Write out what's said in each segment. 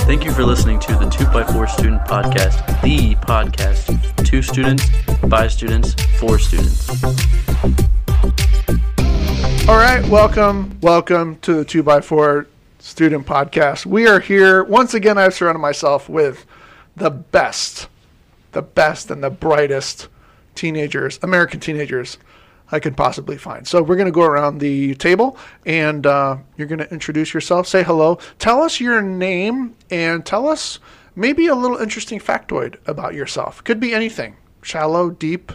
Thank you for listening to the 2x4 Student Podcast, the podcast to students, by students, for students. All right, welcome, welcome to the 2x4 Student Podcast. We are here. Once again, I've surrounded myself with the best, the best and the brightest teenagers, American teenagers I could possibly find. So we're going to go around the table and uh, you're going to introduce yourself, say hello, tell us your name, and tell us maybe a little interesting factoid about yourself. Could be anything shallow, deep,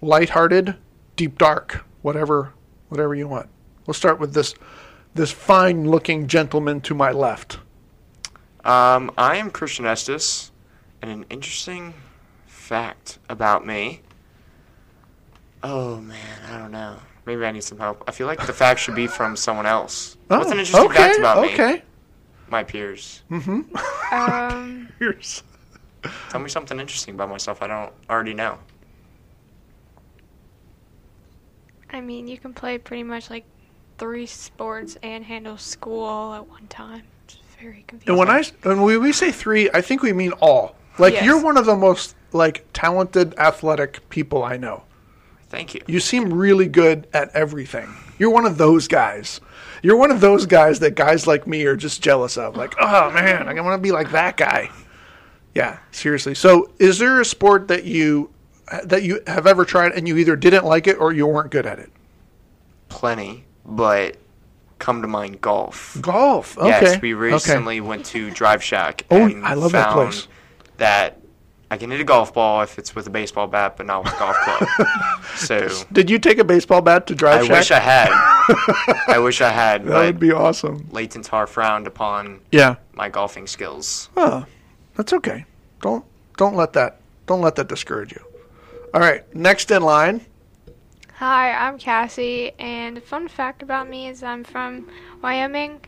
lighthearted, deep dark, whatever whatever you want. We'll start with this this fine looking gentleman to my left. Um, I am Christian Estes, and an interesting fact about me. Oh man, I don't know. Maybe I need some help. I feel like the fact should be from someone else. What's an interesting Oh, okay, fact about okay. me? My peers. Um, Here's- Tell me something interesting about myself I don't already know. I mean, you can play pretty much like three sports and handle school all at one time. It's very confusing. And when I and when we say three, I think we mean all. Like Yes. you're one of the most like talented athletic people I know. Thank you. You seem really good at everything. You're one of those guys. You're one of those guys that guys like me are just jealous of. Like, oh man, I want to be like that guy. Yeah, seriously. So, is there a sport that you that you have ever tried and you either didn't like it or you weren't good at it? Plenty, but come to mind golf. Golf. Okay. Yes, we Okay. recently went to Drive Shack. Oh, and I love that found place. That I can hit a golf ball if it's with a baseball bat, but not with a golf club. so Did you take a baseball bat to drive? I shack? wish I had. I wish I had. That but would be awesome. Leighton Tar frowned upon Yeah. my golfing skills. That's okay. Don't don't let that don't let that discourage you. All right. Next in line. Hi, I'm Cassie, and a fun fact about me is I'm from Wyoming,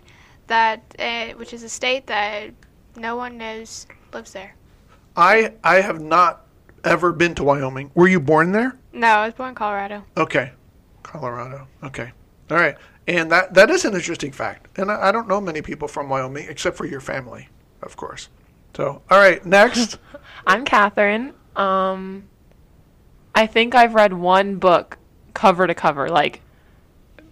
that uh, which is a state that no one knows lives there. I I have not ever been to Wyoming. Were you born there? No, I was born in Colorado. Okay, Colorado. Okay, all right. And that that is an interesting fact. And I, I don't know many people from Wyoming except for your family, of course. So all right, next. I'm Catherine. Um, I think I've read one book cover to cover, like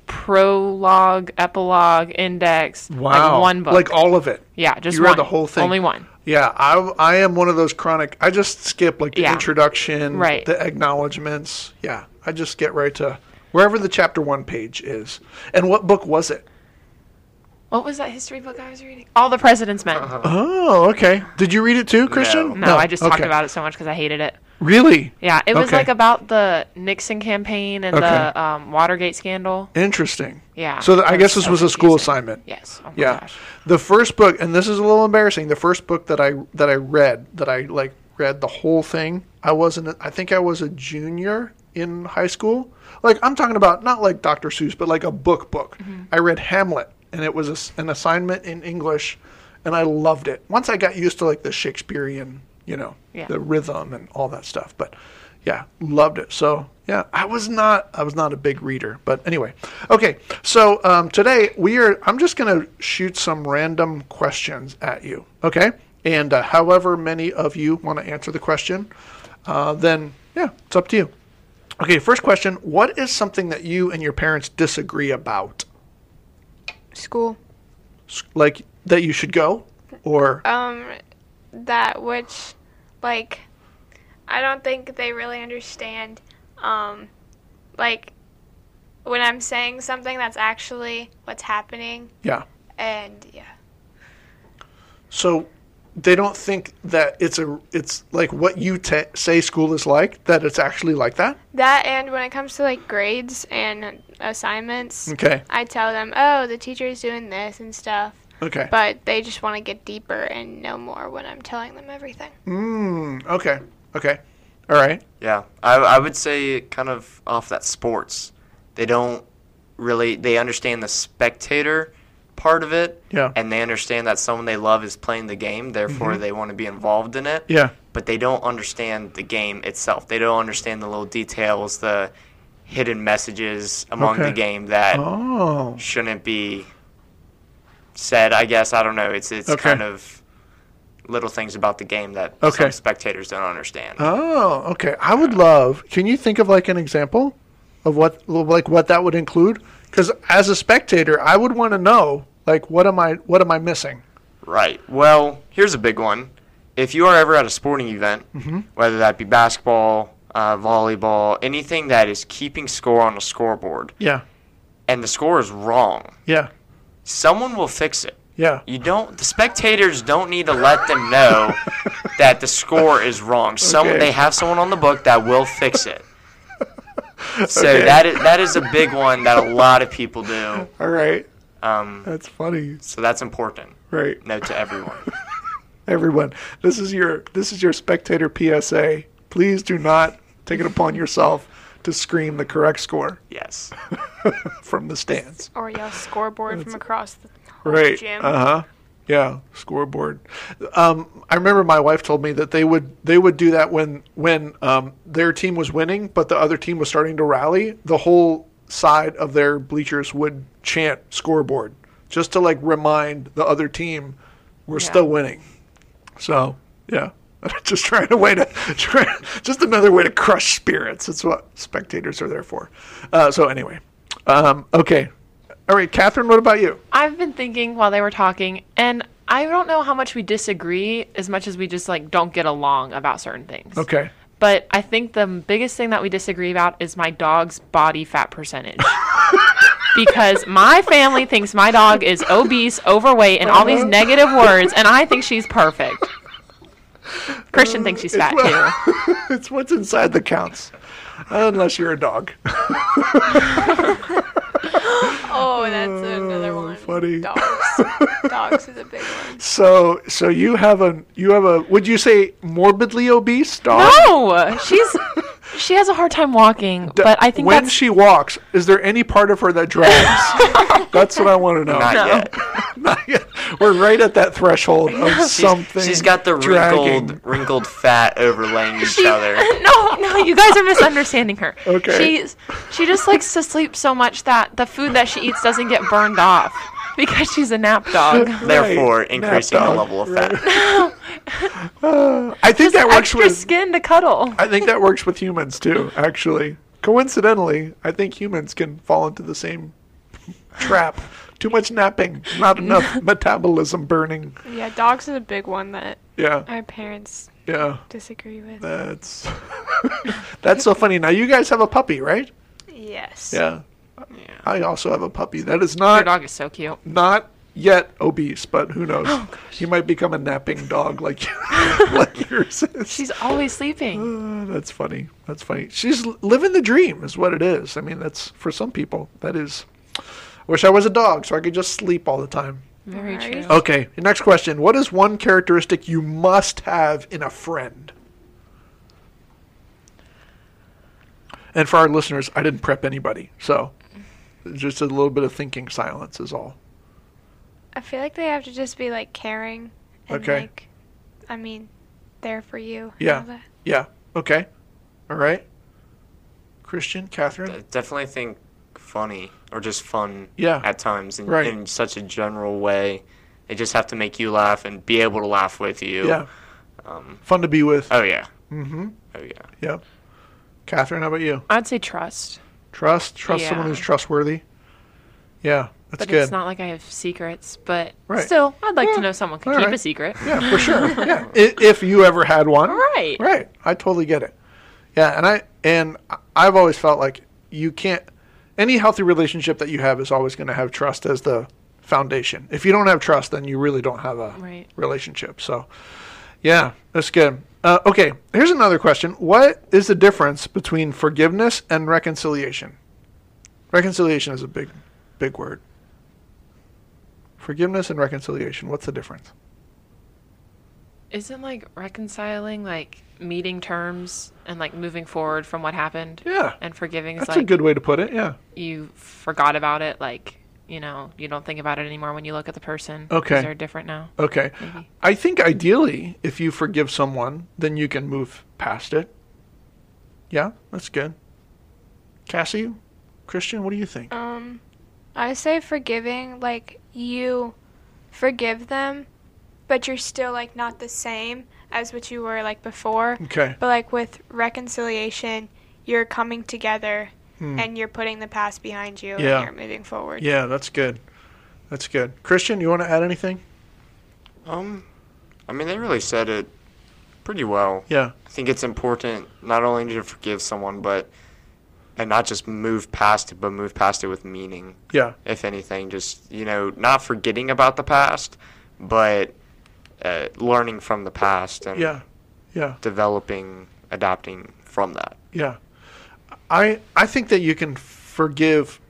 prologue, epilogue, index. Like one book. Like all of it. yeah, just you read one. the whole thing. Only one. Yeah, I I am one of those chronic. I just skip like the Yeah. introduction, Right. the acknowledgments. Yeah, I just get right to wherever the chapter one page is. And what book was it? What was that history book I was reading? All the President's Men. Oh, okay. Did you read it too, Christian? No, I just talked okay. about it so much because I hated it. Really Yeah, it was Okay. like about the Nixon campaign and Okay. the um, Watergate scandal. interesting. Yeah. So th- I it guess this so was a school confusing. assignment. Yes. Oh my Yeah. gosh. The first book, and this is a little embarrassing. The first book that I that I read, that I like read the whole thing. I wasn't. I think I was a junior in high school. Like I'm talking about not like Dr. Seuss, but like a book book. Mm-hmm. I read Hamlet, and it was a s an assignment in English, and I loved it. Once I got used to like the Shakespearean, you know, Yeah. the rhythm and all that stuff. But yeah, loved it. So yeah, I was not I was not a big reader, but anyway. Okay, so um, today we are. I'm just gonna shoot some random questions at you. Okay, and uh, however many of you want to answer the question, uh, then yeah, it's up to you. Okay, first question: What is something that you and your parents disagree about, School. S- like that you should go, or um that which like I don't think they really understand um like when I'm saying something that's actually what's happening yeah? and yeah So they don't think that it's a it's like what you ta say school is like that it's actually like that. that and when it comes to like grades and assignments Okay. I tell them oh the teacher is doing this and stuff Okay. but they just want to get deeper and know more when I'm telling them everything Mm, okay. Okay. All right. Yeah, I, I would say kind of off that sports. They don't really they understand the spectator part of it. Yeah. And they understand that someone they love is playing the game, therefore Mm-hmm. they want to be involved in it. Yeah. But they don't understand the game itself. They don't understand the little details, the hidden messages among Okay. the game that Oh. shouldn't be said. I guess I don't know. It's it's Okay. kind of little things about the game that Okay. some spectators don't understand. Oh, okay. I would love. Can you think of like an example of what like what that would include? Because as a spectator, I would want to know like what am I what am I missing? Right. Well, here's a big one. If you are ever at a sporting event, Mm-hmm. whether that be basketball, uh, volleyball, anything that is keeping score on a scoreboard, Yeah, and the score is wrong, yeah, someone will fix it. yeah. You don't. The spectators don't need to let them know that the score is wrong. Some Okay. they have someone on the book that will fix it. So Okay. that is that is a big one that a lot of people do. All right, Um, that's funny. so that's important. Right, Note to everyone. everyone. This is your this is your spectator PSA. Please do not take it upon yourself to scream the correct score Yes. from the stands. Or yell scoreboard from across the whole Right. gym. Uh huh. Yeah. Scoreboard. Um, I remember my wife told me that they would they would do that when when um, their team was winning, but the other team was starting to rally. The whole side of their bleachers would chant scoreboard just to like remind the other team we're still winning. So yeah. Just trying a way to, try, just another way to crush spirits. That's what spectators are there for. Uh, so anyway, um, okay, all right, Catherine. What about you? I've been thinking while they were talking, and I don't know how much we disagree as much as we just like don't get along about certain things. Okay. But I think the biggest thing that we disagree about is my dog's body fat percentage. because my family thinks my dog is obese, overweight, and all these Uh-huh. negative words, and I think she's perfect. Christian thinks she's fat too. it's what's inside that counts, unless you're a dog. Oh, that's another one. funny. Dogs. Dogs is a big one. So, so you have a you have a would you say morbidly obese dog? No, she's she has a hard time walking, but I think when that's she walks, is there any part of her that drags? that's what I want to know. Not yet. Not yet. We're right at that threshold of She's- something. She's got the dragging. wrinkled, wrinkled fat overlaying each other. no, no, you guys are misunderstanding her. Okay. She's she just likes to sleep so much that the food that she eats doesn't get burned off because she's a nap dog. Therefore, Right. increasing Nap the dog. level of fat. I think that works Extra with skin to cuddle. I think that works with humans too. Actually, coincidentally, I think humans can fall into the same trap. Too much napping, not enough metabolism burning. Yeah, dogs is a big one that Yeah, our parents yeah. disagree with. That's that's so funny. Now you guys have a puppy, right? yes. Yeah. Yeah. I also have a puppy that is Your not dog is so cute. not yet obese, but who knows? He might become a napping dog like like yours is. She's always sleeping. Uh, that's funny. That's funny. She's l- living the dream, is what it is. I mean, that's for some people. That is. I wish I was a dog so I could just sleep all the time. Very Right. true. Okay, next question. What is one characteristic you must have in a friend? And for our listeners, I didn't prep anybody, so just a little bit of thinking silence is all. I feel like they have to just be like caring and Okay. like I mean, there for you. and Yeah. all that. Yeah. Okay. All right. Christian, Catherine. I definitely think funny or just fun Yeah. at times in, Right. in such a general way. They just have to make you laugh and be able to laugh with you. Yeah. Um, Fun to be with. oh, yeah. Mhm. Oh, yeah. Yeah. Catherine, how about you? I'd say trust, Trust, trust someone Yeah. who's trustworthy. Yeah, that's but good. it's not like I have secrets. But Right. still, I'd like to know someone can all keep right. a secret. yeah, for sure. yeah, I- if you ever had one. Right. Right. I totally get it. Yeah, and I and I- I've always felt like you can't. Any healthy relationship that you have is always going to have trust as the foundation. If you don't have trust, then you really don't have a Right. relationship. So, yeah, that's good. Uh, okay, here's another question. What is the difference between forgiveness and reconciliation? Reconciliation is a big, big word. Forgiveness and reconciliation. What's the difference? Isn't like reconciling like meeting terms and like moving forward from what happened? Yeah. And forgiving is That's like a good way to put it. Yeah. you forgot about it like you know you don't think about it anymore when you look at the person 'cause Okay. they're different now Okay. maybe I think ideally, if you forgive someone, then you can move past it. Yeah, that's good. Cassie, Christian, what do you think? Um I say forgiving like you forgive them, but you're still like not the same as what you were like before. Okay. But like with reconciliation, you're coming together and you're putting the past behind you Hmm. Yeah. and you're moving forward. Yeah, that's good. That's good. Christian, you want to add anything? Um, I mean, they really said it pretty well. Yeah. I think it's important not only to forgive someone, but and not just move past it, but move past it with meaning. Yeah. If anything, just you know, not forgetting about the past, but uh, learning from the past and Yeah. Yeah. developing, adapting from that. Yeah. I I think that you can forgive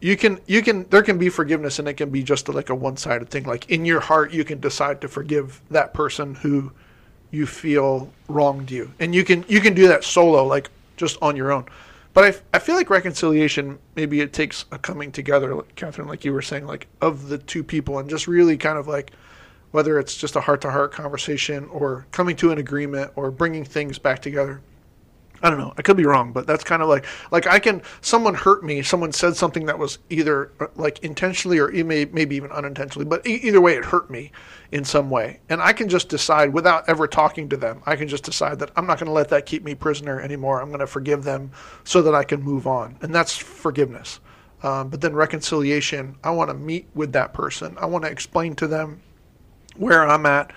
you can you can there can be forgiveness and it can be just like a one-sided thing like in your heart you can decide to forgive that person who you feel wronged you and you can you can do that solo like just on your own but I, f- I feel like reconciliation maybe it takes a coming together like catherine like you were saying like of the two people and just really kind of like whether it's just a heart-to-heart conversation or coming to an agreement or bringing things back together I don't know. I could be wrong, but that's kind of like like I can someone hurt me. Someone said something that was either uh, like intentionally or e- may, maybe even unintentionally, but e- either way, it hurt me in some way. And I can just decide without ever talking to them. I can just decide that I'm not going to let that keep me prisoner anymore. I'm going to forgive them so that I can move on, and that's forgiveness. Um, but then reconciliation, I want to meet with that person. I want to explain to them where I'm at,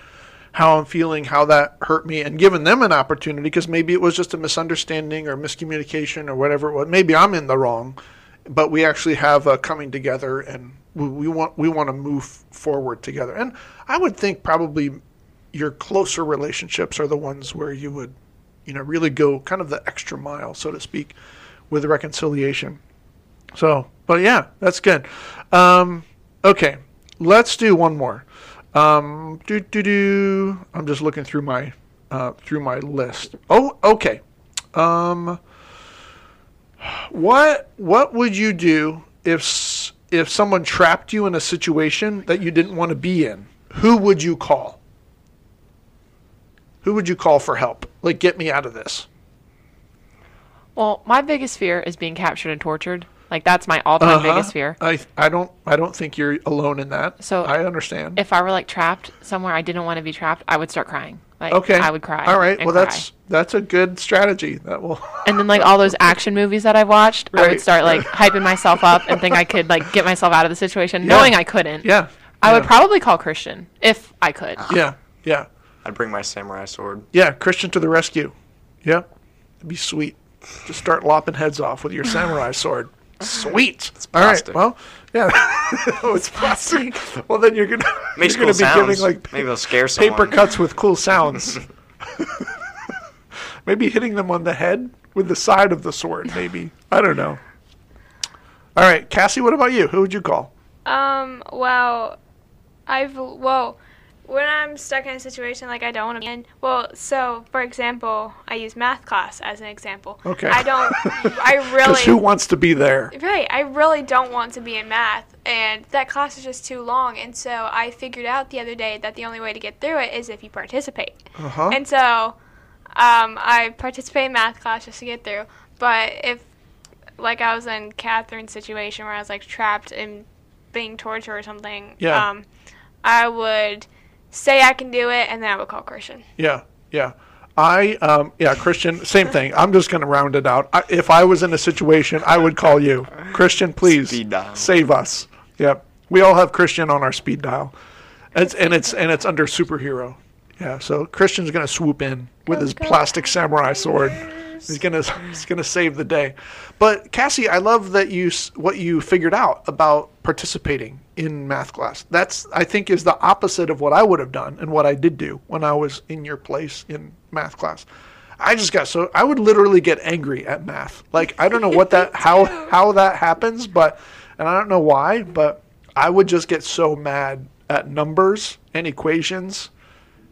how I'm feeling, how that hurt me, and giving them an opportunity because maybe it was just a misunderstanding or miscommunication or whatever it was. Maybe I'm in the wrong, but we actually have a coming together and we, we want we want to move forward together. And I would think probably your closer relationships are the ones where you would, you know, really go kind of the extra mile, so to speak, with reconciliation. So, but yeah, that's good. Um, okay, let's do one more. Um, do do do. I'm just looking through my uh, through my list. Oh, okay. Um, what what would you do if s- if someone trapped you in a situation that you didn't want to be in? Who would you call? Who would you call for help? Like, get me out of this. Well, my biggest fear is being captured and tortured. Like that's my all-time Uh-huh. biggest fear. I I don't I don't think you're alone in that. So- I understand. If I were like trapped somewhere I didn't want to be trapped, I would start crying. Like okay, I would cry. All right. and Well, cry. that's that's a good strategy. That will. and then like all those action movies that I've watched, I Right. would start like hyping myself up and think I could like get myself out of the situation, knowing I couldn't. yeah. I would yeah. probably call Christian if I could. Yeah, yeah, I'd bring my samurai sword. yeah. Christian to the rescue. Yeah, it'd be sweet. Just start lopping heads off with your samurai sword. Sweet. It's plastic. All right. Well, yeah. oh, it's plastic. Well, then you're gonna Makes you're cool gonna be sounds. giving like Maybe they'll scare someone. paper cuts with cool sounds. maybe hitting them on the head with the side of the sword. Maybe I don't know. All right, Cassie. What about you? Who would you call? Um, well, I've, well, when I'm stuck in a situation like I don't want to be in, well, so, for example, I use math class as an example. Okay. I don't, I Because really, who wants to be there? right, I really don't want to be in math, and that class is just too long, and so I figured out the other day that the only way to get through it is if you participate. Uh huh. And so, um, I participate in math class just to get through. But if, like, I was in Catherine's situation where I was like trapped and being tortured or something, Yeah. um, I would say I can do it, and then I would call Christian. Yeah, yeah. I, um, yeah, Christian, same thing. I'm just going to round it out. I, if I was in a situation, I would call you. Christian, please Speed dial. save us. Yep. We all have Christian on our speed dial. It's, and it's and it's under superhero. Yeah, so Christian's going to swoop in with his plastic samurai sword. He's going to he's going to save the day. But Cassie, I love that you s- what you figured out about participating in math class. That's I think is the opposite of what I would have done and what I did do when I was in your place in math class. I just got so I would literally get angry at math. Like I don't know what that how how that happens, but and I don't know why, but I would just get so mad at numbers and equations.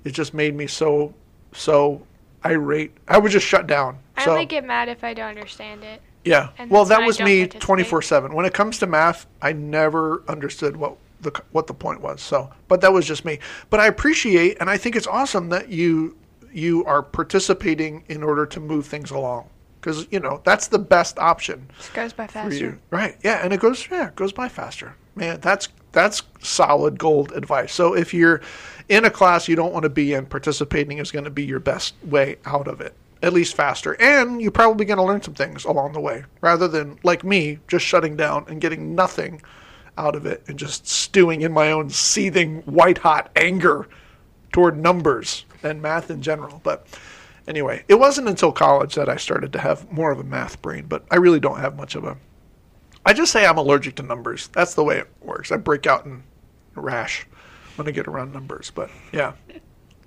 It just made me so so irate. I would just shut down. I so only get mad if I don't understand it. yeah. and Well, that's that when I was don't me participate. 24/7. When it comes to math, I never understood what the what the point was. So, but that was just me. But I appreciate and I think it's awesome that you you are participating in order to move things along cuz you know, that's the best option Just goes by for faster. you. Right. Yeah, and it goes yeah, it goes by faster. Man, that's that's solid gold advice. So if you're in a class you don't want to be in, participating is going to be your best way out of it, at least faster. And you're probably going to learn some things along the way rather than, like me, just shutting down and getting nothing out of it and just stewing in my own seething, white hot anger toward numbers and math in general. But anyway, it wasn't until college that I started to have more of a math brain, but I really don't have much of a. I just say I'm allergic to numbers. That's the way it works. I break out in a rash when I get around numbers, but yeah.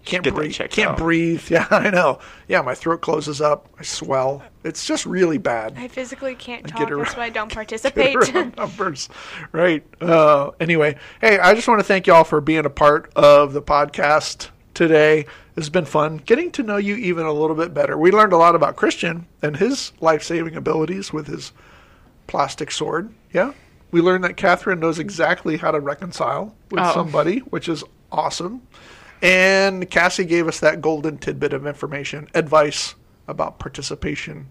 Can't get that breathe. checked Can't out. breathe. Yeah, I know. Yeah, my throat closes up. I swell. It's just really bad I physically can't get talk. That's around- why I don't get participate. around numbers, right? Uh, anyway, hey, I just want to thank y'all for being a part of the podcast today. It's been fun getting to know you even a little bit better. We learned a lot about Christian and his life saving abilities with his plastic sword. Yeah, we learned that Catherine knows exactly how to reconcile with Oh. somebody, which is awesome. And Cassie gave us that golden tidbit of information, advice about participation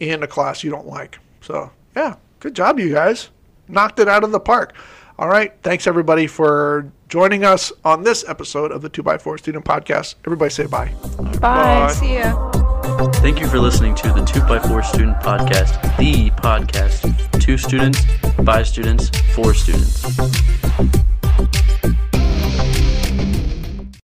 in a class you don't like. So, yeah, good job, you guys. Knocked it out of the park. All right. Thanks, everybody, for joining us on this episode of the 2x4 Student Podcast. Everybody say bye. Bye. See ya. Thank you for listening to the 2x4 Student Podcast, the podcast to students, by students, for students.